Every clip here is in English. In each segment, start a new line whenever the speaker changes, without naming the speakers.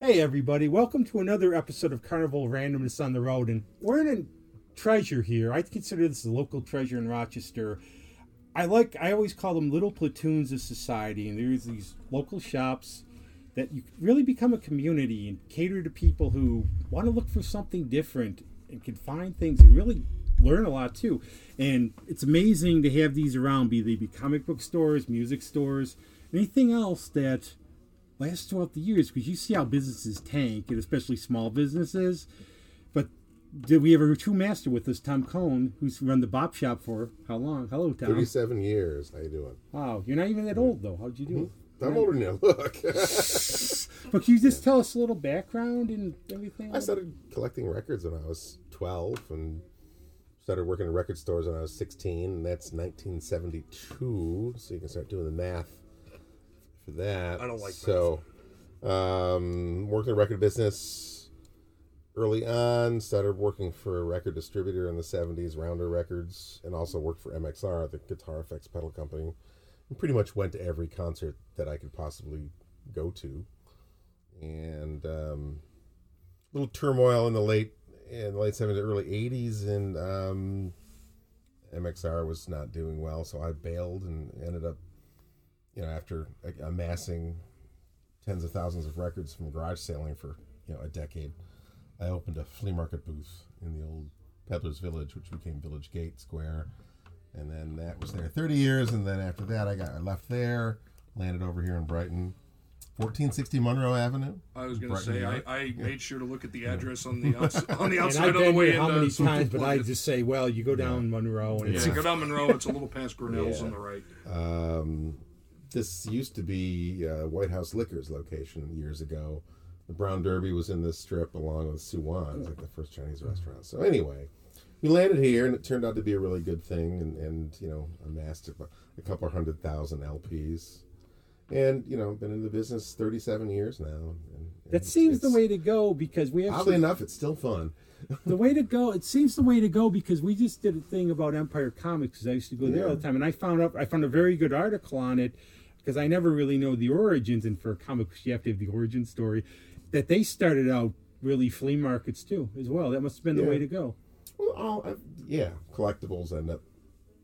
Hey everybody, welcome to another episode of Carnival Randomness on the Road, and we're in a treasure here. I consider this a local treasure in Rochester. I like I always call them little platoons of society, and there's these local shops that you really become a community and cater to people who want to look for something different and can find things and really learn a lot too. And it's amazing to have these around, be they be comic book stores, music stores, anything else that lasts throughout the years because you see how businesses tank and especially small businesses. But did we have a true master with us, Tom Cohn, who's run the Bop Shop for how long? Hello, Tom.
37 years. How you doing?
Wow, you're not even
Mm-hmm.
that old though. How'd you do? it?
I'm older than you. Look,
But can you just tell us a little background and everything?
I started collecting records when I was 12 and started working in record stores when I was 16, and that's 1972. So you can start doing the math for that.
I don't like
so. Um, worked in the record business early on. Started working for a record distributor in the 70s, Rounder Records, and also worked for MXR, the Guitar Effects pedal company. And pretty much went to every concert that I could possibly go to. And um, little turmoil in the late in the late 70s early 80s and um, mxr was not doing well so i bailed and ended up you know after a- amassing tens of thousands of records from garage selling for you know a decade i opened a flea market booth in the old peddlers village which became village gate square and then that was there 30 years and then after that i got i left there landed over here in brighton 1460 monroe avenue
I was going to
Brighton,
say
New
I,
York.
I made sure to look at the address on the outs- on the
and
outside
I've
on the
been
way
here
in.
how many
uh, so
times, but I
it's-
just say, well, you go down Monroe and
it's
it's
like, go down Monroe. It's a little past Grinnell's on the right.
Um, this used to be uh, White House Liquors location years ago. The Brown Derby was in this strip along with Suwan, It's like the first Chinese restaurant. So anyway, we landed here, and it turned out to be a really good thing, and, and you know amassed a, a couple hundred thousand LPs, and you know been in the business thirty seven years now. And, and
that seems the
it's-
way to go because we
Oddly
actually
enough, it's still fun.
the way to go it seems the way to go because we just did a thing about empire comics because i used to go there all the time and i found out i found a very good article on it because i never really know the origins and for comics you have to have the origin story that they started out really flea markets too as well that must have been the
Yeah.
way to go
Well, all, uh, yeah, collectibles end up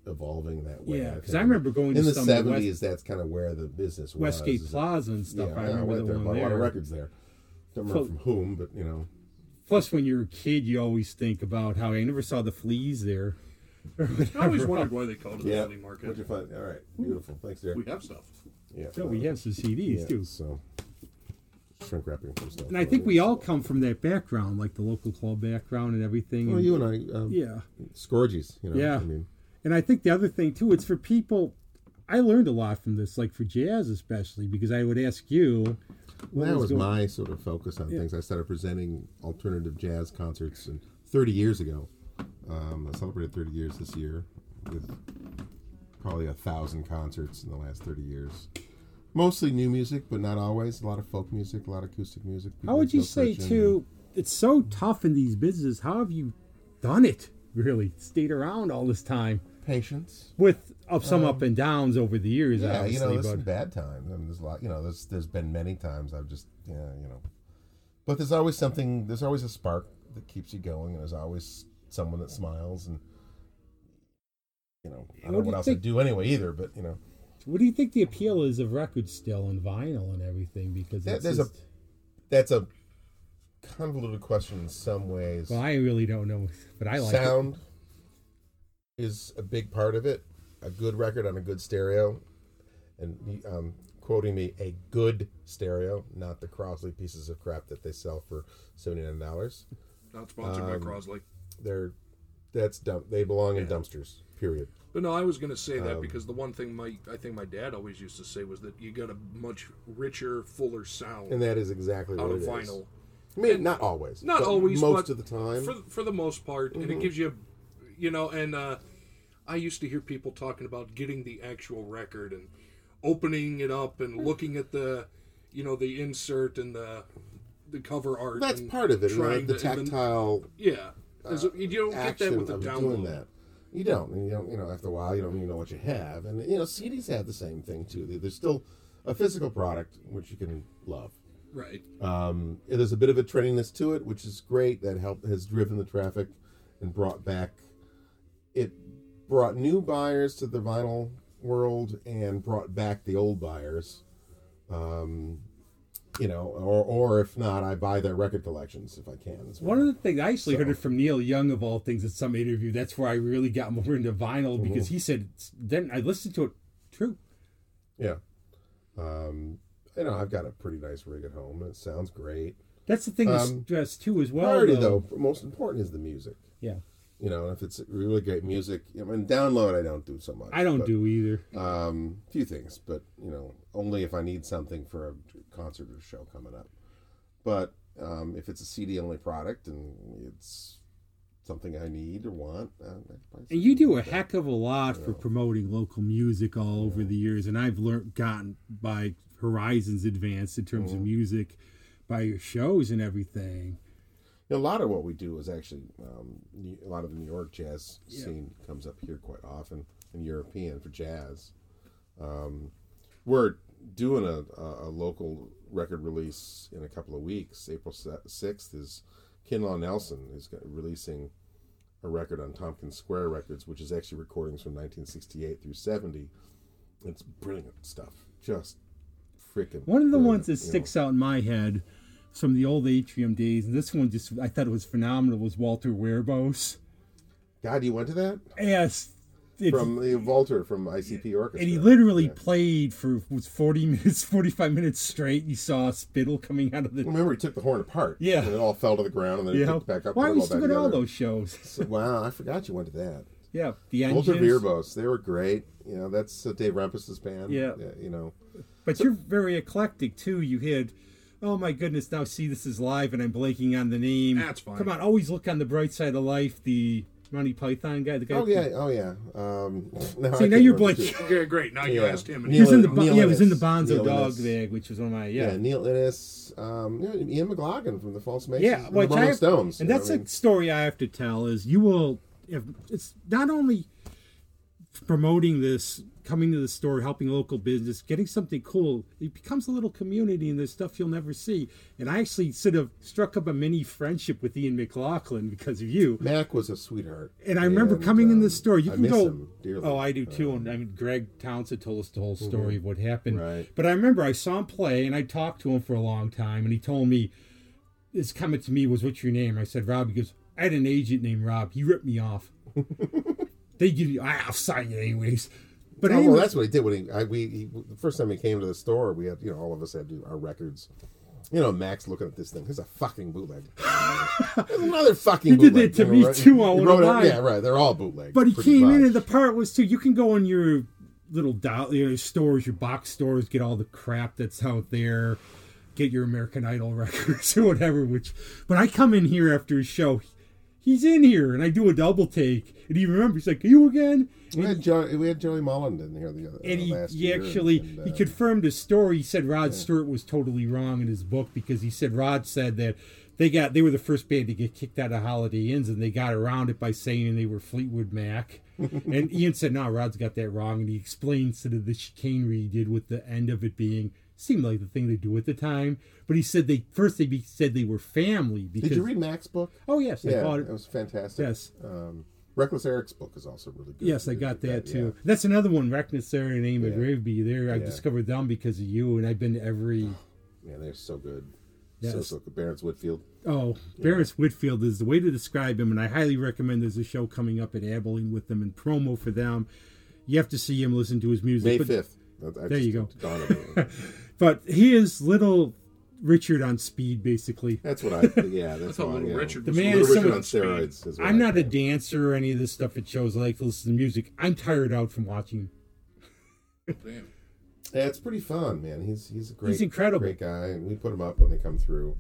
evolving that way.
Yeah, 'cause
think.
I remember going to
in the
some of the West-
seventies. That's kind of where the business was.
westgate
is-
plaza and
Yeah,
stuff i
I,
remember
went
the
there,
one
bought a lot
there
of records there. Don't remember
So-
from whom, but you know,
plus when you're a kid you always think about how i never saw the fleas there
I always wondered why they called it
yeah.
the flea
What'd you
market.
find? All right, beautiful. Thanks, Derek.
We have stuff.
yeah,
so we have some cds
yeah,
too
So shrink wrapping some stuff.
and i think we all come from that background like the local club background and everything
Well,
and-
you and I, um,
yeah
Scorgies. You know,
Yeah.
I mean,
And I think the other thing too, it's for people. I learned a lot from this, like for jazz especially, because I would ask you. what
that was
going-
my sort of focus on things. I started presenting alternative jazz concerts and 30 years ago. Um, I celebrated 30 years this year with probably a thousand concerts in the last 30 years. Mostly new music, but not always. A lot of folk music, a lot of acoustic music.
How would you say too? It's so tough in these businesses. How have you done it? Really stayed around all this time
Patience.
with up some up and downs over the years.
Um, Yeah, you
obviously,
know, there's
but
some bad times. I mean, there's a lot. You know, there's there's been many times I've just yeah, you know, but there's always something. There's always a spark that keeps you going, and there's always someone that smiles, and you know, I
What
don't know
do
what
you
else
think-
to do anyway either. But you know,
what do you think the appeal is of records still and vinyl and everything? Because
There-
it's
there's a-
just,
that's a convoluted question in some ways.
well, I really don't know, but I like it.
sound is a big part of it. A good record on a good stereo, and um, quoting me, a good stereo, not the Crosley pieces of crap that they sell for seventy nine dollars.
Not sponsored
Um,
by Crosley.
They're that's dump. They belong in dumpsters. Period.
But no, I was going to say
um,
that because the one thing my I think my dad always used to say was that you got a much richer, fuller sound
And that is exactly
out
what it
of
is.
vinyl.
I mean, not always.
Not
but
always,
Most
but
of the time. Mm-hmm.
for for the most part, and it gives you, you know, and uh, I used to hear people talking about getting the actual record and opening it up and
Mm.
looking at the, you know, the insert and the the cover art.
that's
and
part of it. you know,
trying
the
to- and
tactile uh,
yeah, As- you don't get that
action
with the
of doing
download.
that. You don't. And you don't. You know, after a while, you don't even know what you have. And you know, CDs have the same thing too. They- They're still a physical product which you can love.
Right.
Um, and there's a bit of a trendiness to it, which is great. That helped has driven the traffic and brought back it brought new buyers to the vinyl world and brought back the old buyers. Um, you know, or or if not, I buy their record collections if I can. as well.
One of the things I actually heard
So-
it from Neil Young of all things at some interview. That's where I really got more into vinyl because he said then I listened to it. True.
Yeah. Um, you know, I've got a pretty nice rig at home. and It sounds great.
That's the thing to
Um,
stress too as well.
Priority,
though.
though, most important is the music.
Yeah,
You know, if it's really great music, I mean, download I don't do so much.
I don't
but,
do either.
um, few things, but you know, only if I need something for a concert or show coming up. But um, if it's a CD only product and it's something I need or want, uh, I'd probably
And you do a heck of a lot for promoting local music all over the years, and I've learned gotten by Horizons advanced in terms
Mm-hmm.
of music, by your shows and everything.
a lot of what we do is actually um, New- a lot of the New York jazz scene comes up here quite often, and European for jazz. Um, we're doing a, a, a local record release in a couple of weeks. April sixth is Kinlaw Nelson is go- releasing a record on Tompkins Square Records, which is actually recordings from 1968 through 70. It's brilliant stuff, just freaking.
One of the
brilliant,
ones that
you know.
sticks out in my head from the old atrium days, and this one just I thought it was phenomenal was Walter Werbos.
God, you went to that
Yes, it's,
from the Walter from ICP Orchestra,
and he literally
Yeah.
played for was forty minutes, forty five minutes straight. You saw spittle coming out of the
Remember, he took the horn apart.
Yeah.
And it all fell to the ground and then
yeah.
he picked it back up.
Why
and
are you
put it all
still
back
at all
together.
those shows?
So, wow, I forgot you went to that.
Yeah, the
Walter
engines.
Vierbos, they were great. You know, that's uh, Dave Rempus's band.
Yeah.
You know,
But you're very eclectic too. You had, oh my goodness, now see this is live, and I'm blanking on the name.
That's fine.
Come on, always look on the bright side of life. The Monty Python guy, the guy.
oh yeah, oh yeah. Um, now I
See,
can't
now you're
remember too.
blanking.
Okay, great. Now you
Yeah.
asked him. And
He was in the
Neil
Bo- yeah, it was in the Bonzo
Innes. Neil
Dog
Innes.
bag, which was one of my
Yeah.
yeah.
Neil Innes, um, you know, Ian McLagan from the False Masons,
Yeah,
and
which
the
I
Rolling
have-
Stones.
and
you know
that's
what I
a story I have to tell. Is you will, if it's not only promoting this, coming to the store, helping local business, getting something cool. It becomes a little community, and there's stuff you'll never see. And I actually sort of struck up a mini friendship with Ian McLaughlin because of you.
mean? Mac was a sweetheart.
And I remember coming in the store, you
um, I
can
miss
go-
Him dearly. Uh, Um,
Oh,
Mm-hmm.
I do too. And I mean, Greg Townsend told us the whole story of what happened.
Right.
But I remember I saw him play, and I talked to him for a long time, and he told me his comment to me was, "What's your name?" I said, "Rob." He goes, "I had an agent named Rob. He ripped me off. they give you, ah, I'll sign you anyways." But
Oh,
anyway,
well, that's what he did when he, I, we he, the first time he came to the store. We had you know all of us had to do our records. You know, Max looking at this thing. Here's a fucking bootleg. There's another fucking.
He did
bootleg,
that to
you know,
me,
right?
too, I
He
wouldn't
wrote it-
lie.
Yeah, right. They're all bootleg.
but he
pretty
came in,
much.
and the part was too. You can go in your little dollar your stores, your box stores, get all the crap that's out there, get your American Idol records or whatever. Which, but I come in here after a show. He's in here, and I do a double take, and he remembers he's like you again.
we had Joey, we had Joey Mulland in here the other
and
uh,
he,
last
he
year,
actually
and, uh,
he confirmed his story. He said Rod Stewart was totally wrong in his book because he said Rod said that they got they were the first band to get kicked out of Holiday Inns and they got around it by saying they were Fleetwood Mac. and Ian said, "No, Rod's got that wrong." And he explained sort of the chicanery he did with the end of it being seemed like the thing they do at the time. But he said they first they be, said they were family because
Did you read Mac's book?
oh yes, I
yeah,
bought
it
it.
was fantastic.
Yes.
Um, Reckless Eric's book is also really good.
Yes, I
You
got
did
that
yeah.
too. That's another one, Reckness there and Aim
Yeah.
Graveby. There, I
Yeah.
discovered them because of you, and I've been to every.
Yeah, they're so good. So
Yes.
so good. Barrett's Whitfield.
Oh, Barris Whitfield is the way to describe him, and I highly recommend. There's a show coming up at Abilene with them and promo for them. You have to see him, listen to his
May
music. But,
fifth.
There you go.
go.
but he is little Richard on speed, basically.
That's what I. Yeah, that's
I thought
why,
Little
yeah.
Richard
The
was
man
Little
is
Richard
someone-
on steroids. Is what
I'm
I
not a
call it.
dancer or any of this stuff at shows. I like to listen to music. I'm tired out from watching.
speed. Damn.
Yeah, it's pretty fun, man. He's he's a great,
He's incredible.
great guy, and we put him up when they come through.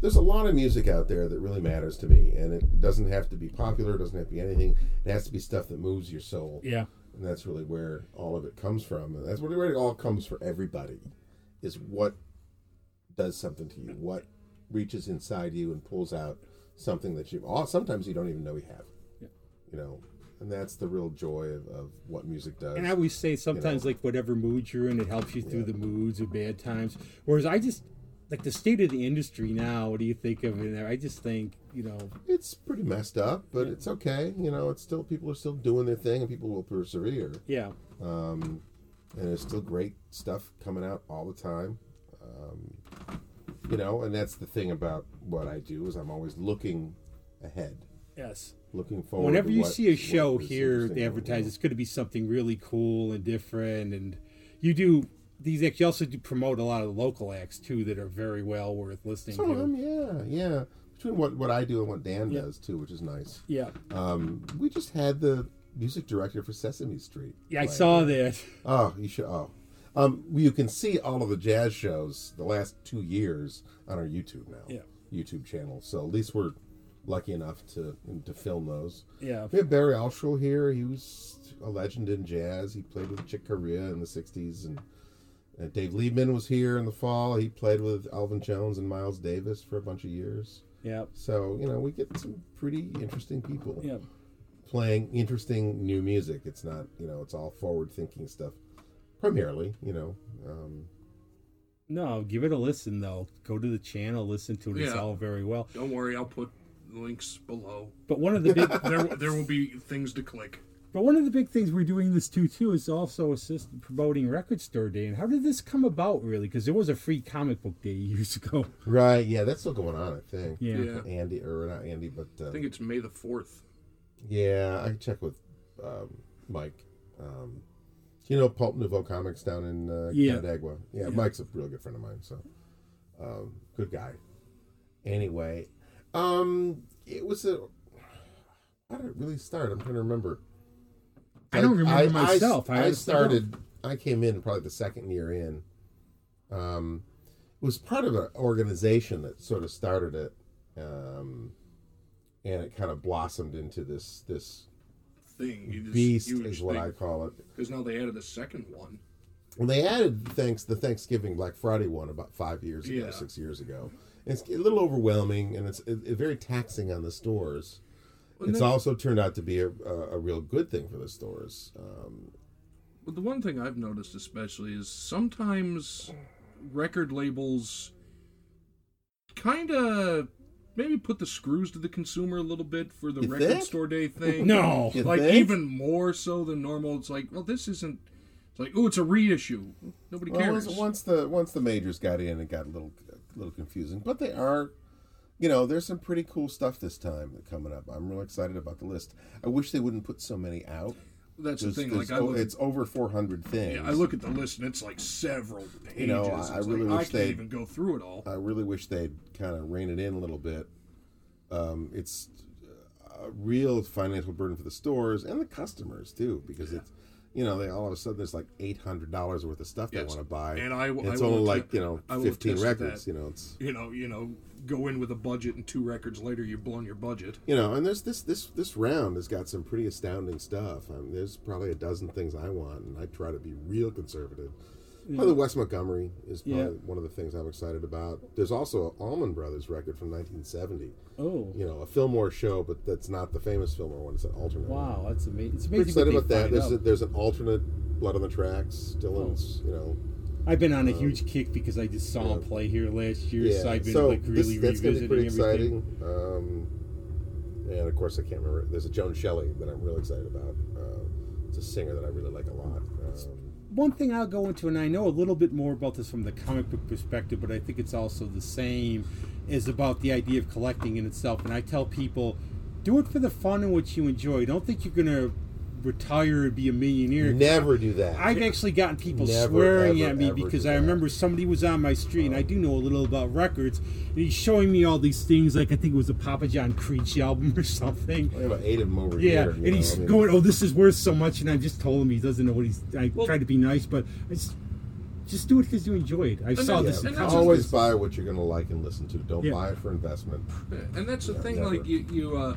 There's a lot of music out there that really matters to me, and it doesn't have to be popular. It doesn't have to be anything. It has to be stuff that moves your soul,
Yeah.
and that's really where all of it comes from. And that's where it all comes for everybody, is what does something to you, what reaches inside you and pulls out something that you. all Sometimes you don't even know you have.
Yeah.
You know, and that's the real joy of, of what music does.
And I always say sometimes, like whatever mood you're in, it helps you through the moods or bad times. Whereas I just like the state of the industry now. What do you think of it? I just think you know,
It's pretty messed up, but it's okay. You know, it's still people are still doing their thing, and people will persevere.
yeah,
Um, and there's still great stuff coming out all the time. Um, you know, and that's the thing about what I do is I'm always looking ahead,
yes.
looking forward.
Whenever
to
you
what-
see a
what
show
is
here,
interesting
they
going
advertise
on.
it's going to be something really cool and different, and you do these acts. You also do promote a lot of local acts too that are very well worth listening
Some
to.
of them, yeah, yeah. Between what what I do and what Dan
Yeah.
does too, which is nice.
Yeah,
Um, we just had the music director for Sesame Street.
yeah, I
play.
saw that.
Oh, you should. Oh, um, well, you can see all of the jazz shows the last two years on our YouTube now.
Yeah.
YouTube channel. So at least we're lucky enough to to film those.
Yeah,
We have Barry Altschul here. He was a legend in jazz. He played with Chick Corea in the '60s, and uh, Dave Liebman was here in the fall. He played with Alvin Jones and Miles Davis for a bunch of years.
yeah,
So you know, we get some pretty interesting people
yeah.
playing interesting new music. It's not, you know, it's all forward thinking stuff primarily, you know. Um,
No, give it a listen though. Go to the channel, listen to it. It's
Yeah.
all very well.
Don't worry, I'll put links below.
But one of the big,
There, there will be things to click.
but one of the big things we're doing this too too is also assist promoting Record Store Day. And how did this come about really? Because there was a free comic book day years ago.
right, yeah, that's still going on, I think.
Yeah,
Yeah.
Andy, or not Andy, but uh,
I think it's May the fourth.
yeah, I can check with um, Mike. Um, you know, Pulp Nouveau Comics down in uh,
Yeah.
Canandaigua. Yeah, Mike's a real good friend of mine, so um, good guy. Anyway, um, it was a. How did it really start? I'm trying to remember.
I don't remember
I-
myself.
I, I,
honestly don't.
started. I came in probably the second year in. Um, it was part of an organization that sort of started it, um, and it kind of blossomed into this this
Thing you just,
beast
huge
is what I
thing.
call it.
Because now they added a second one.
Well, they added thanks the Thanksgiving Black Friday one about five years ago,
Yeah.
six years ago. It's a little overwhelming and it's it, it very taxing on the stores.
And
it's
then-
also turned out to be a, a, a real good thing for the stores. Um,
But the one thing I've noticed especially is sometimes record labels kind of maybe put the screws to the consumer a little bit for the
You
record
think?
store day thing.
No.
You
like
think?
even more so than normal. It's like, well, this isn't. It's like, oh, it's a reissue. Nobody
Well,
cares.
once, once the once the majors got in, it got a little a little confusing. But they are, you know, there's some pretty cool stuff this time that coming up. I'm real excited about the list. I wish they wouldn't put so many out.
That's the
There's-
thing.
there's
Like I
o-
look,
it's over 400 things.
yeah, I look at the list and it's like several pages.
You know, I- I
It's
really
like, I
wish
can't
they-
even go through it all.
I really wish they'd kind of rein it in a little bit. Um, it's a real financial burden for the stores and the customers too, because it's you know they all of a sudden there's like eight hundred dollars worth of stuff they
Yes.
want to buy,
And I w- I
it's
will
only
atten-
like you know
I will
fifteen
attest to
records.
that.
You know, it's
You know, you know, go in with a budget and two records later you've blown your budget.
you know, and there's this this this round has got some pretty astounding stuff. I mean, there's probably a dozen things I want, and I try to be real conservative. Well, the West Montgomery is probably
Mm-hmm. Yeah.
one of the things I'm excited about. There's also an Allman Brothers record from 1970.
Oh,
You know, a Fillmore show, but that's not the famous Fillmore one. It's an alternate. one.
wow, that's amazing. It's
I'm
amazing.
excited about that. There's, a,
i
there's an alternate Blood on the Tracks.
Oh.
Dylan's, you know,
I've been on a huge kick because I just saw him play here last year,
uh, yeah.
so I've been
so
like really
this, that's
revisiting
gonna be pretty
everything.
exciting. Um, and of course, I can't remember. There's a Joan Shelley that I'm real excited about. Uh, it's a singer that I really like a lot. Um,
One thing I'll go into, and I know a little bit more about this from the comic book perspective, but I think it's also the same, is about the idea of collecting in itself. And I tell people, do it for the fun and what you enjoy. Don't think you're gonna retire and be a millionaire.
never do that.
I've actually gotten people
Never,
swearing
ever,
at me
ever
because
do
I
that.
remember somebody was on my street, and I do know a little about records, and he's showing me all these things, like I think it was a Papa John Creech album or something.
I have about eight of them over
Yeah,
here. you
and
know,
he's
I mean,
going, "Oh, this is worth so much," and I just told him he doesn't know what he's. I
Well-
tried to be nice, but I just just do it because you enjoy it. I saw
that's-
this. in
and that's-
college.
always buy what you're going to like and listen to. Don't
Yeah.
buy it for investment.
Yeah, and that's the
Yeah,
thing.
never.
Like you, you uh,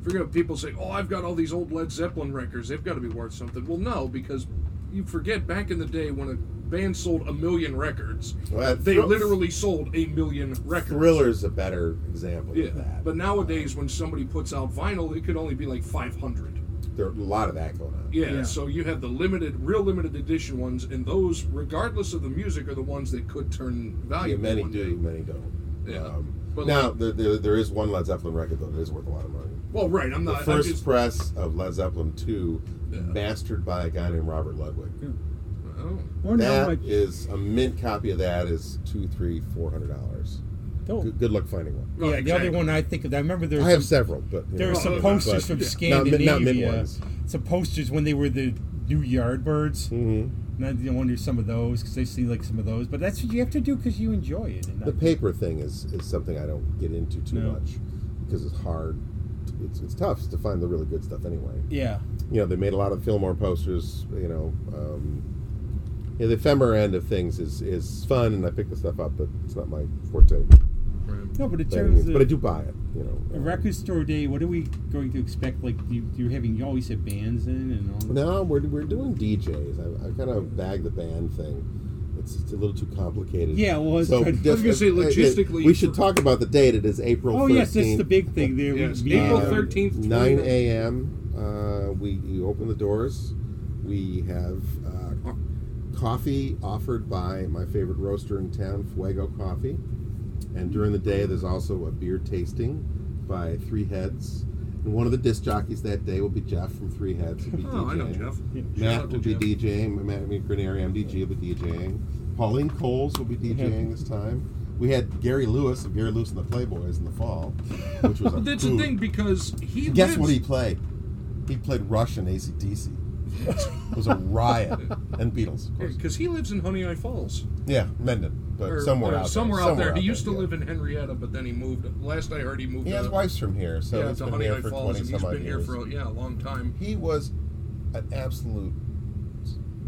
forget what people say. Oh, I've got all these old Led Zeppelin records. They've got to be worth something. Well, no, because you forget back in the day when a band sold a million records,
Well,
they
Thrill-
literally sold a million records.
Thriller's a better example
Yeah.
of that.
But nowadays, when somebody puts out vinyl, it could only be like five hundred.
there a lot of that going on.
Yeah,
Yeah.
so you have the limited, real limited edition ones, and those, regardless of the music, are the ones that could turn
Yeah,
valuable.
many
one
do,
day.
many don't.
Yeah.
Um,
But
now there, there, there is one Led Zeppelin record though that is worth a lot of money.
Well, right. I'm
The
not. I'm
first
just,
press of Led Zeppelin two,
Yeah.
mastered by a guy named Robert Ludwig.
oh,
I wonder how
That
much.
is a mint copy of that is two, three, four hundred dollars.
Oh,
Good, good luck finding one.
yeah, the
exactly.
other one I think of. I remember there
I
was
have
some,
several, but you
there
know,
Oh,
were some
but-
posters
but
from
not mint-
Scandinavia.
not mint ones.
Some posters when they were the New Yardbirds.
hmm
And I you know, wonder some of those because I've seen like some of those. But that's what you have to do because you enjoy it. And
The
not-
paper thing is, is something I don't get into too
No.
much because it's hard. It's, it's tough to find the really good stuff anyway.
yeah,
You know, they made a lot of Fillmore posters. You know, um, yeah, the ephemera end of things is is fun, and I pick the stuff up, but it's not my forte.
Right.
no, but in
by any
terms
means.
of
But I do buy it. You know,
a record store day, what are we going to expect? Like you, you're having you always have bands in and all.
No, we're, we're doing DJs. I, I kind of bag the band thing. It's, it's a little too complicated.
Yeah, well, it's
so
trying-
just-
I was gonna
uh,
say
uh,
logistically-
We should talk about the date. It is April.
Oh
13th,
yes, that's the big thing there.
Yes,
We-
April
Um,
uh,
13th.
9 a.m. Uh, we, we open the doors. We have uh, coffee offered by my favorite roaster in town, Fuego Coffee. And during the day, there's also a beer tasting by Three Heads. And one of the disc jockeys that day will be Jeff from Three Heads. He'll be
Oh, I know
DJing.
Jeff.
Yeah.
Shout
Matt
out to
will be
Jeff.
DJing. Matt, I mean, Granieri, MDG will be DJing. Pauline Coles will be DJing this time. We had Gary Lewis of Gary Lewis and the Playboys in the fall, which was a
But that's the
hoot.
thing because he
Guess
lives,
what he played? He played Rush and ACDC. It was a riot. and Beatles, of course.
because he lives in Honey I Falls.
Yeah, Mendon, but
Or-
somewhere
or
out there.
somewhere out there. He used to
yeah.
live in Henrietta, but then he moved. Last I heard, he moved.
He has
to,
wife's from here, so
yeah,
he's
to
been
Honey
here
I
for
Falls,
twenty
and
some
he's
odd
been here
years.
for a- yeah a long time.
He was an absolute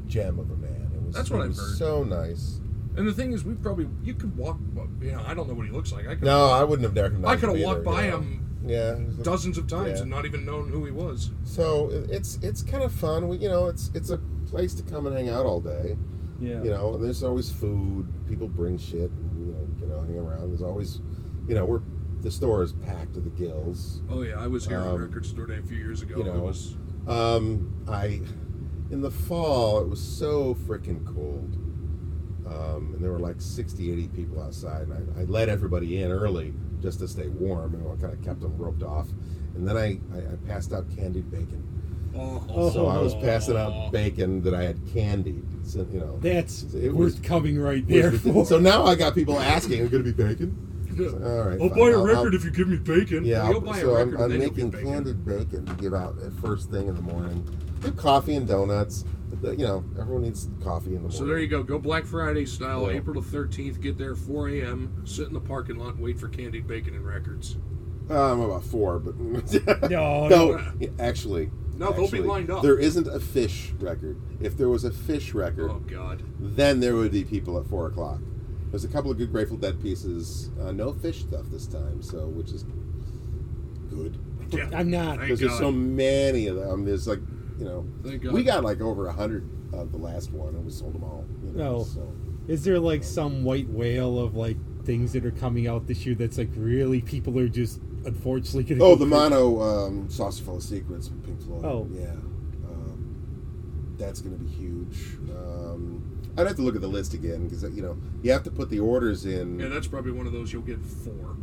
gem of a man. It was
That's what
he
I've
was
heard.
So nice.
And the thing is, we probably you could walk. You know, I don't know what he looks like. I could
No, I wouldn't have recognized.
I could have
him
walked
either,
by
you know.
him
Yeah. he was the-
dozens of times
Yeah.
and not even known who he was.
So it- it's it's kind of fun. We you know it's it's a place to come and hang out all day.
Yeah.
You know, and there's always food. People bring shit. And, you know, you know, hang around. There's always, you know, we're the store is packed to the gills.
Oh yeah, I was here on
Um,
Record Store Day a few years ago.
you know,
it was
Um, I in the fall it was so freaking cold. Um, and there were like 60, 80 people outside, and I, I let everybody in early just to stay warm, and I kind of kept them roped off. And then I, I, I passed out candied bacon.
oh,
So I was
Oh.
passing out bacon that I had candied. So, you know,
That's
It was-
worth coming right
which
there
was-
for.
so now I got people asking, "Are going to be bacon?" It's like, All right,
I'll
fine,
buy a
I'll-
record
I'll-
if you give me bacon.
yeah,
Well, you'll
I'll-
buy
so
a
I'm,
record
I'm
and then you'll
making
get bacon.
candied bacon to give out at first thing in the morning. Good coffee and donuts. But the- you know, everyone needs coffee in the morning.
So there you go. Go Black Friday style,
Yeah.
April the 13th. Get there 4 a.m. Sit in the parking lot, wait for candied bacon and records.
Uh, I'm about four, but
No,
no, yeah, actually,
No, they'll be
actually,
lined up.
There isn't a fish record. If there was a fish record,
Oh God.
then there would be people at four o'clock. There's a couple of good Grateful Dead pieces. Uh, no fish stuff this time, so which is good
Yeah.
I'm not.
Thank
because there's
God.
so many of them. There's like, you know,
Thank God.
we got like over a hundred of the last one, and we sold them all. You know,
Oh.
so.
Is there like some white whale of like things that are coming out this year that's like really people are just unfortunately going to
Oh, the mono um, saucer full of secrets with Pink Floyd.
Oh.
yeah, um, that's going to be huge. Um, I'd have to look at the list again because you know you have to put the orders in.
Yeah, that's probably one of those you'll get four.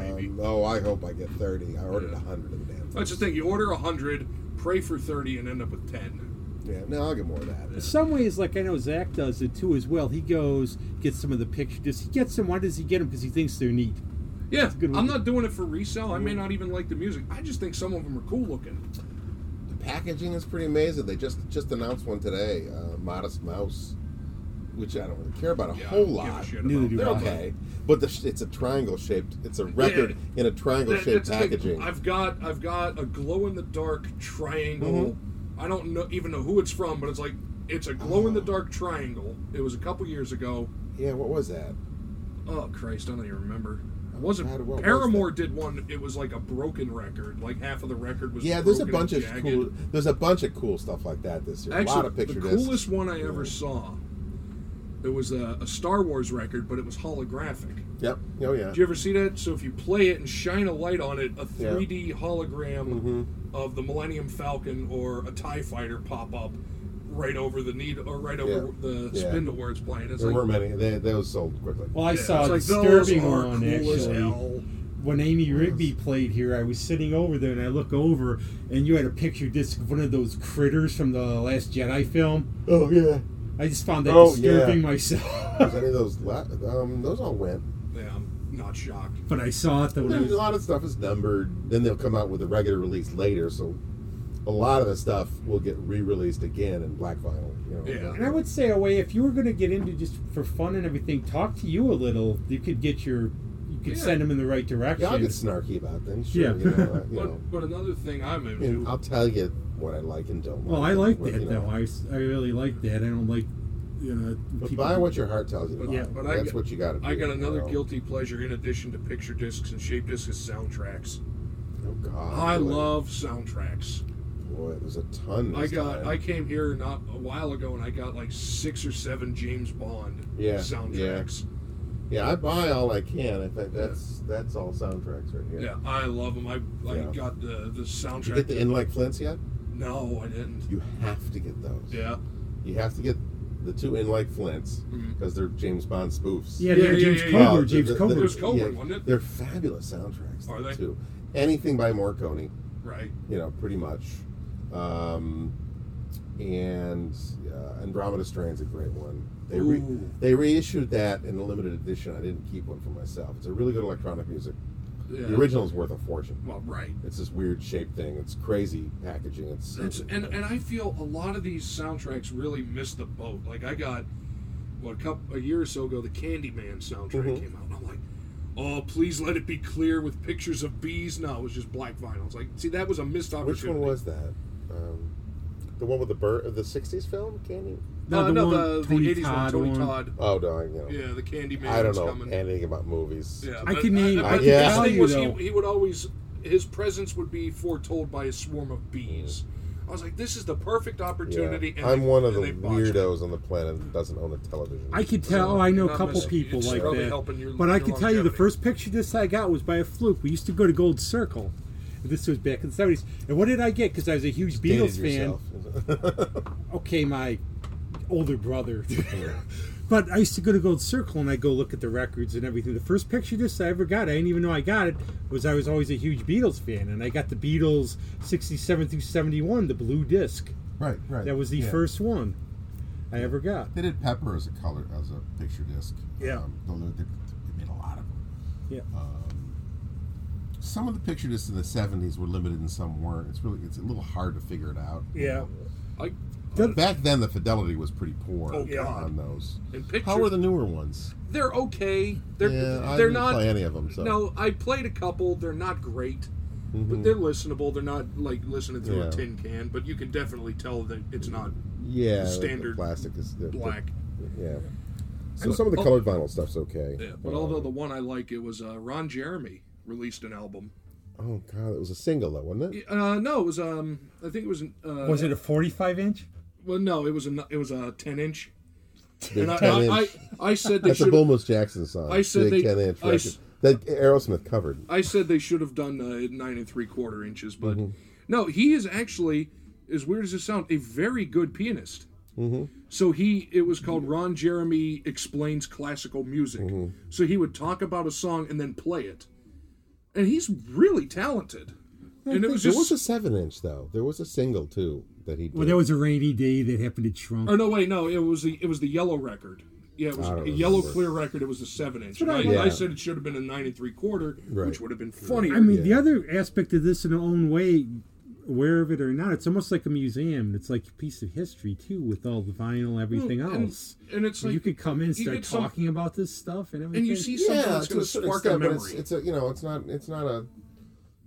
maybe.
Um, oh, I hope I get thirty. I ordered a
Yeah.
hundred of the damn.
That's the
things.
thing. You order 100, pray for 30, and end up with 10.
Yeah, no, I'll get more of that.
In some ways, like I know Zach does it too as well. He goes gets some of the pictures. Does he get some? Why does he get them? Because he thinks they're neat.
Yeah,
a good one. Mm.
I'm not doing it for resale. I may not even like the music. I just think some of them are cool looking.
The packaging is pretty amazing. They just just announced one today, uh, Modest Mouse, which I don't really care about a
Yeah, I
whole
don't give a
lot.
shit
Neither
about
do
They're
them.
I.
okay, but the, sh- it's a triangle shaped. It's a record in a triangle
That-
shaped
that's the thing.
packaging.
I've got I've got a glow in the dark triangle.
Mm-hmm.
I don't know even know who it's from, but it's like it's a glow in the dark triangle. It was a couple years ago.
Yeah, what was that?
Oh Christ, I don't even remember. It wasn't
God, what was
Paramore
that?
did one. It was like a broken record. Like half of the record was
Yeah, there's a
broken and
bunch of
jagged.
cool. There's a bunch of cool stuff like that this year.
Actually,
a lot of picture
the
discs.
coolest one I ever saw. It was a, a Star Wars record, but it was holographic.
Yep. Oh yeah.
Did you ever see that? So if you play it and shine a light on it, a 3D hologram
Mm-hmm.
of the Millennium Falcon or a Tie Fighter pop up right over the need or right over
Yeah.
the
Yeah.
spin to where it's playing. It's
There
like,
weren't many. They, those sold quickly.
Well, I
yeah,
saw
it's
a
like, those
disturbing
are
one
cool as
actually.
hell.
when Amy Rigby played here, I was sitting over there and I look over and you had a picture disc of one of those critters from the Last Jedi film.
Oh yeah.
I just found that
Oh,
disturbing
yeah. Was
myself.
any of those? La- um, those all went.
Yeah, I'm not shocked.
but I saw it though. and I
There's a
was-
lot of stuff is numbered. Then they'll come out with a regular release later. So a lot of the stuff will get re-released again in black vinyl. You know.
Yeah.
And I would say a way if you were going to get into just for fun and everything, talk to you a little. You could get your, you could
Yeah.
send them in the right direction.
Yeah, I'll get snarky about them. Sure,
Yeah.
You know, I- you know.
But, but another thing I'm
I mean,
into,
I'll tell you what I like and don't.
well, I like
but,
that
you know,
though. I, s- I really like that. I don't like, you know,
But
people.
buy what your heart tells you. To
But-
buy.
yeah,
but I
that's
got-
what you got to do.
I got
you
another
know?
guilty pleasure in addition to picture discs and shape discs is soundtracks.
Oh God!
I
boy,
love soundtracks.
Boy, there's a ton.
I
this
got.
time.
I came here not a while ago, and I got like six or seven James Bond
Yeah,
soundtracks.
Yeah, I buy all I can. In fact, that's that's all soundtracks right here.
Yeah. I love them. I, I
Yeah.
got the the
Did you
soundtrack.
get the In Like Flints yet?
no, I didn't.
You have to get those.
Yeah,
You have to get the two In Like Flints
Mhm.
because they're James Bond spoofs.
yeah,
Yeah,
they're
yeah,
James
yeah,
Coburn.
yeah.
Oh, the-
James
the-
Coburn.
the-
It was Coburn,
yeah,
wasn't it?
They're fabulous soundtracks.
Are they?
Too. Anything by Morricone,
right.
you know, pretty much. Um, and uh, Andromeda Strain's a great one. They re-
Ooh.
they reissued that in a limited edition. I didn't keep one for myself. It's a really good electronic music.
Yeah.
The original's worth a fortune.
Well, right.
It's this weird shaped thing. It's crazy packaging. It's,
It's, and and I feel a lot of these soundtracks really missed the boat. Like I got what a couple a year or so ago, the Candyman soundtrack
Mhm.
came out, and I'm like, oh, please let it be clear with pictures of bees. No, it was just black vinyl. It's like, see, that was a missed
which
opportunity.
one was that? Um, the one with the bird of the '60s film? Candy?
No,
No, Oh, the
uh, no,
one
the, the
Tony
80s one,
Todd
Tony
one.
Todd.
Oh, dog. You know,
Yeah, the Candyman.
I don't
was
know
coming.
anything about movies.
Yeah,
I
but
can name-
but
I
the
can
best
tell
thing
you,
was
though.
he, he would always his presence would be foretold by a swarm of bees. I was like, this is the perfect opportunity.
Mm. Yeah.
and
I'm
they-
one of the
and they botched it.
weirdos on the planet that doesn't own a television.
I could tell. Oh, I know a
Not
couple
missing-
people
it's
like
probably
that.
helping your-
But I
your
can tell you, the
longevity.
first picture disc I got was by a fluke. We used to go to Gold Circle. This was back in the seventies. And what did I get? Because I was a huge
Dated
Beatles fan.
yourself.
Okay, my older brother. but I used to go to Gold Circle and I go look at the records and everything. The first picture disc I ever got, I didn't even know I got it, was I was always a huge Beatles fan, and I got the Beatles '67 through '71, the blue disc.
right, right.
That was the first one I ever got.
They did Pepper as a color as a picture disc.
Yeah.
Um, they, they- they made a lot of them.
Yeah.
Um, some of the picture discs in the '70s were limited and some weren't. It's really it's a little hard to figure it out.
Yeah.
I,
Back then, the fidelity was pretty poor
Oh, God.
on those.
and picture,
How are the newer ones?
they're okay. They're
yeah, I
they're
didn't
not.
play any of them. So. Mm-hmm.
No, I played a couple. They're not great, but they're listenable. They're not like listening through
Yeah. Mm.
a tin can, but you can definitely tell that it's not
yeah, the- the
standard
plastic is the, the-
black.
yeah. So some of the
oh.
colored vinyl stuff's okay.
Yeah, but although the one I like, it was uh, Ron Jeremy released an album.
Oh god, it was a single though, wasn't it?
Uh, no, it was um, I think it was an, uh,
Was it a 45 inch?
Well, no, it was a it was a ten inch.
Big
And I,
10
I, I,
inch.
I said they
That's a
should.
Bulmus Jackson song.
I said
Big
they-
ten inch
I
record.
s-
that Aerosmith covered.
I said they should have done uh, nine and three quarter inches, but
Mm-hmm.
no, he is actually, as weird as it sounds, a very good pianist. Mm-hmm. So he, it was called Ron Jeremy explains classical music.
Mm-hmm.
So he would talk about a song and then play it, and he's really talented. And it was
there
just,
was a seven inch though. There was a single too that he did.
Well, there was a rainy day that happened at Trump.
oh no, wait, no, it was the it was the yellow record. Yeah, it was
I
a
don't
yellow
remember.
clear record. It was a seven inch.
That's what
I,
I-
I
Yeah.
said it should have been a nine and three quarter,
Right.
which would have been funnier.
I mean, the other aspect of this, in our own way, aware of it or not, it's almost like a museum. It's like a piece of history too, with all the vinyl, everything
and,
else.
and it's like
you could come in,
you
start
get some-
talking about this stuff, and everything.
and you see something
yeah,
that's going to
certain
spark a
extent, but
memory.
It's, it's a you know, it's not it's not a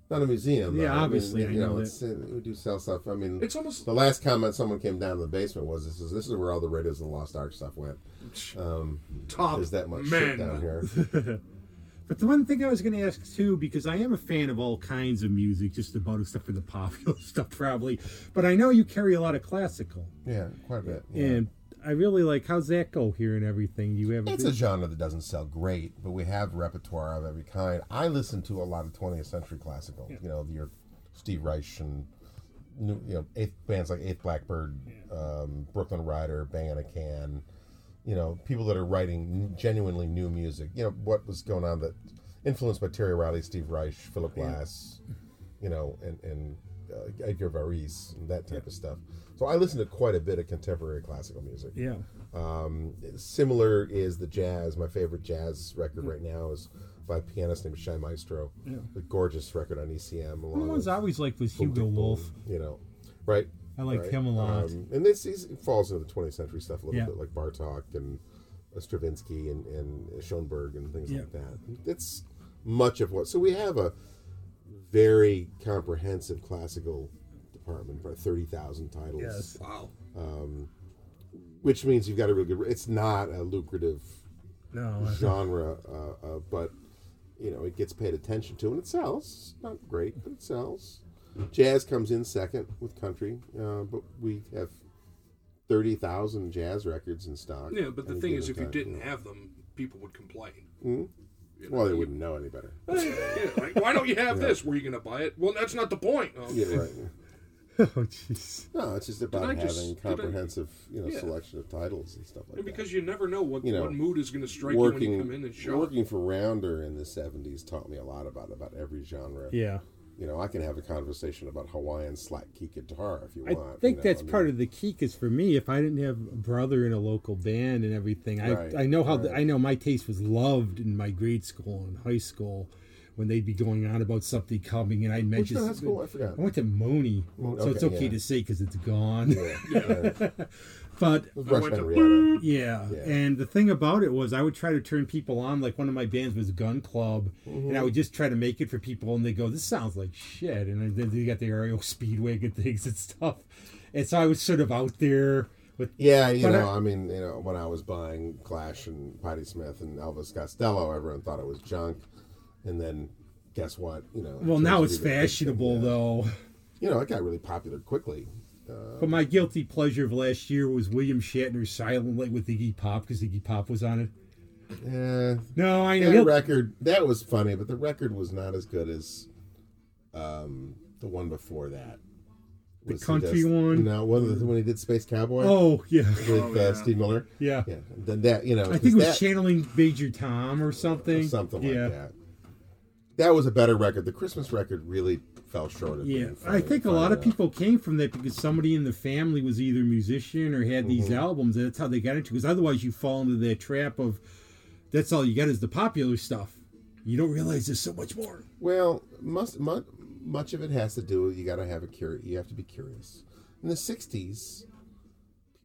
not a museum.
Yeah,
though. I mean,
obviously, I
you
know
know,
that.
it's, uh, we do sell stuff. I mean,
It's almost-
the last comment someone came down to the basement was this is this is where all the Raiders of the Lost Ark stuff went. Um,
Top
there's that much
men.
shit down here.
But the one thing I was going to ask too, because I am a fan of all kinds of music, just about except for the popular stuff probably. But I know you carry a lot of classical,
Yeah, quite a bit. Yeah.
and I really like how's that go here and everything. You have
It's a genre that doesn't sell great, but we have repertoire of every kind. I listen to a lot of 20th century classical. You know, your Steve Reich and new, you know eighth bands like Eighth Blackbird, um, Brooklyn Rider, Bang on a Can. You know, people that are writing genuinely new music. You know what was going on that influenced by Terry Riley, Steve Reich, Philip Glass. You know, and and uh, Edgar Varese and that type of stuff. So I listen to quite a bit of contemporary classical music.
yeah,
Um, similar is the jazz. My favorite jazz record right now is by a pianist named Shai Maestro. A gorgeous record on ECM.
one of
Along
the ones
with
I always liked was Hugo
Boom,
Wolf.
You know, right?
I liked
right.
him a lot.
Um, and this is, it falls into the 20th century stuff a little
Yeah.
bit, like Bartok and uh, Stravinsky and, and Schoenberg and things
Yeah.
like that. It's much of what. So we have a very comprehensive classical department, about 30,000 titles
Yes.
Wow.
which means you've got a really good. It's not a lucrative
no, I-
genre, uh, uh, but you know it gets paid attention to, and it sells. It's Not great, but it sells. Jazz comes in second with country, uh, but we have thirty thousand jazz records in stock.
Yeah, but the
any
thing
given
is, if you
time.
didn't have them, people would complain. You know,
well, they wouldn't know any better.
yeah, like, why don't you have this? Were you going to buy it? Well, that's not the point. Oh,
Yeah, right.
oh jeez,
No, it's just about
I
having
just- did I-
comprehensive, you know,
Yeah.
selection of titles and stuff like
And
that.
because you never know what,
You know,
what mood is going to strike you when you come in
working
and show.
working for Rounder in the '70s taught me a lot about about every genre.
yeah.
You know, I can have a conversation about Hawaiian slack key guitar if you
I
want.
think that's part of the key. Because for me, if I didn't have a brother in a local band and everything,
Right,
I I know how the,
right.
I know my taste was loved in my grade school and high school when they'd be going on about something coming and I'd
Which
mention.
high school? I forgot.
I went to Mooney,
Mooney,
so it's
okay,
okay
yeah.
to say because it's gone.
Yeah.
But
Rush
went to-
Henrietta.
Yeah.
Yeah.
And the thing about it was I would try to turn people on. Like one of my bands was Gun Club,
Mm-hmm.
and I would just try to make it for people, and they go, "This sounds like shit." And then they got the Aerial Speedwagon things and stuff. And so I was sort of out there with
Yeah, you
But I-
know, I, mean, you know, when I was buying Clash and Patti Smith and Elvis Costello, everyone thought it was junk. And then, guess what? You know. it
well,
turns
now
to
it's
be the big thing,
fashionable
yeah.
though.
You know, it got really popular quickly.
But my guilty pleasure of last year was William Shatner's Silent Light with Iggy Pop because Iggy Pop was on it.
Yeah.
No, I know.
That
guilt-
record that was funny, but the record was not as good as um, the one before that.
The
Was he
country
just-
one?
No, one when he did Space Cowboy.
Oh yeah,
with
Oh,
uh,
yeah.
Steve Miller.
yeah.
Yeah, then that you know,
I think it was
that,
channeling Major Tom or something.
something
yeah.
like that. That was a better record. The Christmas record really fell short. Of
Yeah,
being funny-
I think a
funny
lot of
enough.
people came from that because somebody in the family was either a musician or had
Mm-hmm.
these albums. And that's how they got into. Because otherwise, you fall into that trap of that's all you got is the popular stuff. You don't realize there's so much more.
Well, most, much much of it has to do with you got to have a cur. You have to be curious. In the '60s,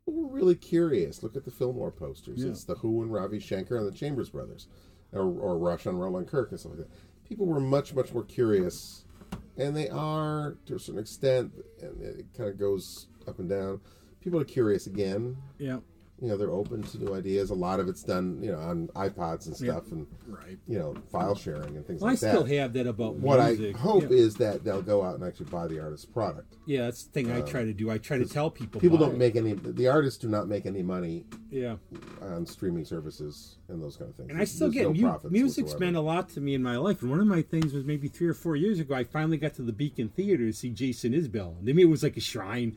people were really curious. Look at the Fillmore posters.
Yeah.
It's the Who and Ravi Shankar and the Chambers Brothers, or, or Rush on Roland Kirk and stuff like that. People were much much more curious, and they are to a certain extent, and it kind of goes up and down. People are curious again.
Yeah,
You know, they're open to new ideas. A lot of it's done, you know, on iPods and
Yeah.
stuff, and
Right.
you know, file sharing and things
well, I
like that
still have that about
what
music.
I hope
yeah.
is that they'll go out and actually buy the artist's product.
yeah, that's the thing I try to do. I try to tell people
Uh, People
about
don't
it.
make any. The artists do not make any money
yeah.
on streaming services and those kind of things.
And I still
There's
get
no
mu-
profits
music's
whatsoever.
meant a lot to me in my life. And one of my things was maybe three or four years ago, I finally got to the Beacon Theater to see Jason Isbell. And to me, it was like a shrine.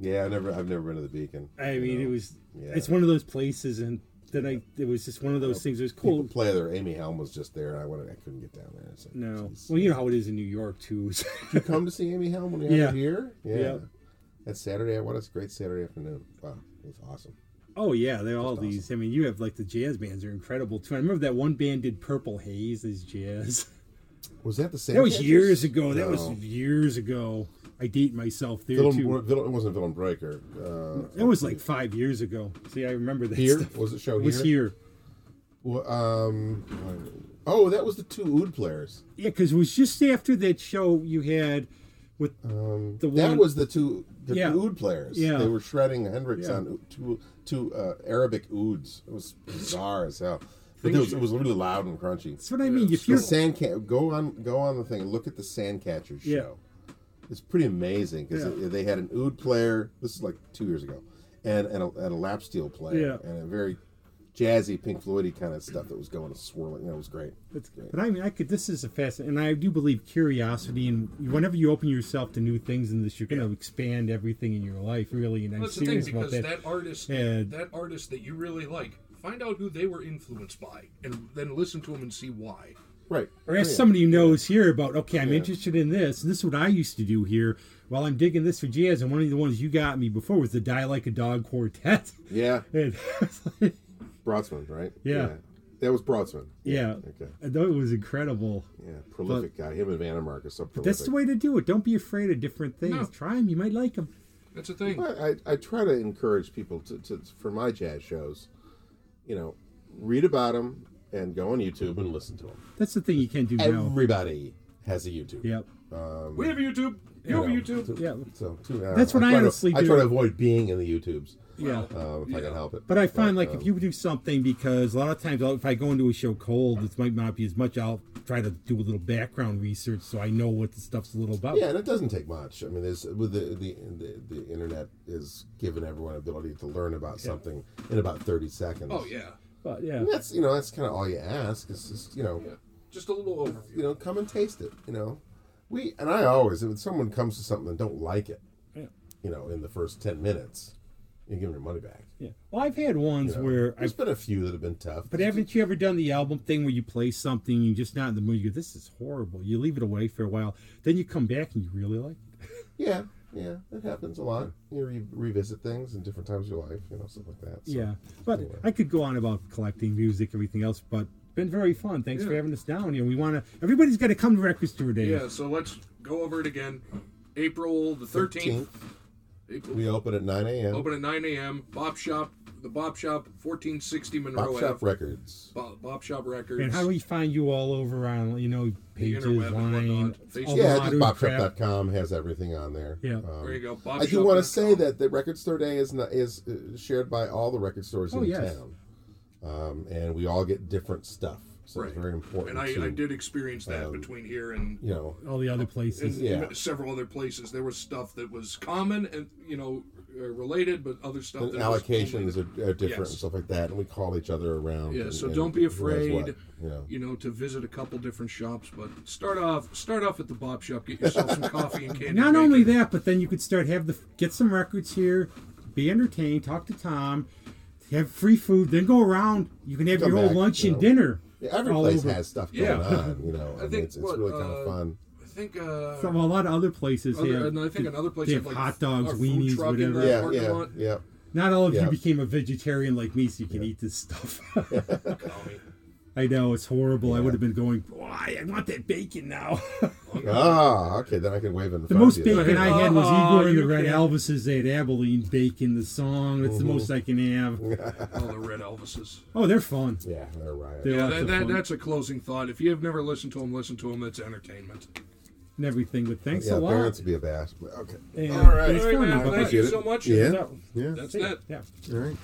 Yeah, I never. I've never been to the Beacon.
I
you
mean,
know.
it was.
yeah.
It's one of those places, and then I. It was just one of those things. It was
people
cool.
play there. Amy Helm was just there, and I wanted. I couldn't get down there. It's like,
No,
geez.
well, you know how it is in New York too. is-
Did you come to see Amy Helm when you
Yeah.
were here? Yeah.
Yeah.
That's Saturday. What a great Saturday afternoon. Wow, it was awesome.
oh yeah, they're all these. I mean, you have like the jazz bands are incredible too. I remember that one band did Purple Haze as jazz.
Was that the same?
That was years ago. That was years ago. I date myself there too.
It wasn't Villain Breaker. Uh,
That was like five years ago. See, I remember that
here
stuff.
was it show
It was here.
Well, um, oh, that was the two Ood players.
Yeah, because it was just after that show you had with the one.
Um, That was the two the
Yeah.
two Oud players.
Yeah.
they were shredding Hendrix
Yeah.
on two two uh, Arabic Ouds. It was bizarre as hell. But it was, it was really loud and crunchy.
That's what I mean. If
The
you're
sand cat, go on, go on the thing. Look at the Sandcatchers
Yeah.
show. It's pretty amazing because
Yeah.
they had an Oud player. This is like two years ago, and and a, and a lap steel player,
Yeah.
and a very jazzy Pink Floydy kind of stuff that was going swirling. You know, it was great.
That's good. But I mean, I could. This is a fascinating, and I do believe curiosity. And whenever you open yourself to new things in this, you're going to expand everything in your life, really. And I'm
That's the thing
serious
because
about that.
that, artist,
Yeah.
that artist that you really like, find out who they were influenced by, and then listen to them and see why.
Right.
Or ask somebody who knows here about, okay, I'm interested in this. This is what I used to do here. While I'm digging this for jazz, and one of the ones you got me before was the Die Like a Dog Quartet.
Yeah,
And I was like,
Broadsman, right?
Yeah.
That was Broadsman.
yeah,
Okay.
I thought it was incredible.
Yeah, prolific guy. Him and Vandermark are so prolific.
That's the way to do it. Don't be afraid of different things.
No.
Try them. You might like them.
That's the thing.
I, I, I try to encourage people to, to for my jazz shows, you know, read about them and go on YouTube and listen to them.
That's the thing you can't do now.
Everybody has a YouTube.
Yep.
we have a YouTube. You have a
know,
YouTube.
to-
Yeah.
So to- I
That's
don't
what
know.
I
try to-
honestly
I try
do.
to avoid being in the YouTubes
Yeah.
uh, if I can help it.
But I find like
um,
if you do something because a lot of times I'll- if I go into a show cold, it might not be as much. I'll try to do a little background research so I know what the stuff's a little about.
yeah, and it doesn't take much. I mean, there's with the the, the the internet is giving everyone ability to learn about something in about thirty seconds.
Oh yeah,
But yeah,
And that's you know that's kind of all you ask is just you know
yeah. Just a little overview.
you know come and taste it you know we and I always if someone comes to something and don't like it
Yeah.
you know in the first ten minutes you give them your money back.
yeah. Well, I've had ones
You know,
where I.
there's been a few that have been tough,
But haven't you ever done the album thing where you play something you're just not in the mood? You go, "This is horrible." You leave it away for a while, then you come back and you really like it.
Yeah, yeah, it happens a lot. You re- revisit things in different times of your life, you know, stuff like that. So.
yeah, but I could go on about collecting music, everything else, but been very fun. Thanks for
Yeah.
having us down here. We want to. Everybody's got to come to Record Store Day.
Yeah. So let's go over it again. April the thirteenth. April
We open at 9 a.m.
Open at 9 a.m. Bob Shop, the Bob Shop, 1460 Monroe
Pop Shop
Ave.
Records.
Bo- Bob Shop Records.
And how do we find you all over on you know pages,
interweb and
line,
whatnot. Facebook.
all the
Yeah,
modern
just
crap?
popshop.com has everything on there.
Yeah.
Um,
there you go. Bob
I do
Shop
want to
dot
say
com.
that the Record Store Day is not, is uh, shared by all the record stores
Oh,
in
yes.
town, um, and we all get different stuff, so it's
Right.
very important.
And I,
to,
I did experience that
um,
between here and,
you know,
all the other
and
places.
yeah.
several other places. There was stuff that was common and, you know, uh, related, but other stuff
and
that
allocations
was
are, are different and
Yes.
stuff like that, and we call each other around.
Yeah,
and-
so
and
don't be
who has what,
afraid.
you know,
you know, to visit a couple different shops, but start off start off at the Bob Shop, get yourself some coffee and candy.
Not
bacon.
only that, but then you could start have the get some records here, be entertained, talk to Tom, have free food, then go around. You can have
Come
your whole
back,
lunch
you
and
know.
dinner.
Yeah, every
all
place
over.
has stuff going
Yeah.
on. You know, I, mean,
think
it's, it's
what,
really kind of
uh,
fun.
I think uh,
So a lot of other places
other,
have.
and I think another place
they
had,
have
like
hot dogs,
a food
weenies,
truck in
whatever.
the
Yeah,
parking
yeah,
lot.
yeah.
Not all of
Yeah.
you became a vegetarian like me, so you can eat this stuff.
Coffee.
I know it's horrible. I would have been going. Why? I want that bacon now.
Ah, okay. Then I can wave in front
The most
of you.
bacon I had was Igor and the
Oh, you
Red
can't.
Elvises. They had Abilene bacon, the song. That's
Mm-hmm.
the most I can have.
All the red Elvises.
Oh, they're fun.
Yeah, they're right.
They're
Yeah,
lots
that,
of
that,
fun
that's a closing thought. If you have never listened to them, listen to them. It's entertainment.
and everything. But thanks
yeah,
a lot.
parents would be abashed. but Okay.
And-
All right.
It's
All right,
fun,
man,
but-
thank you so much.
Yeah.
So,
Yeah.
That's it.
yeah.
All right.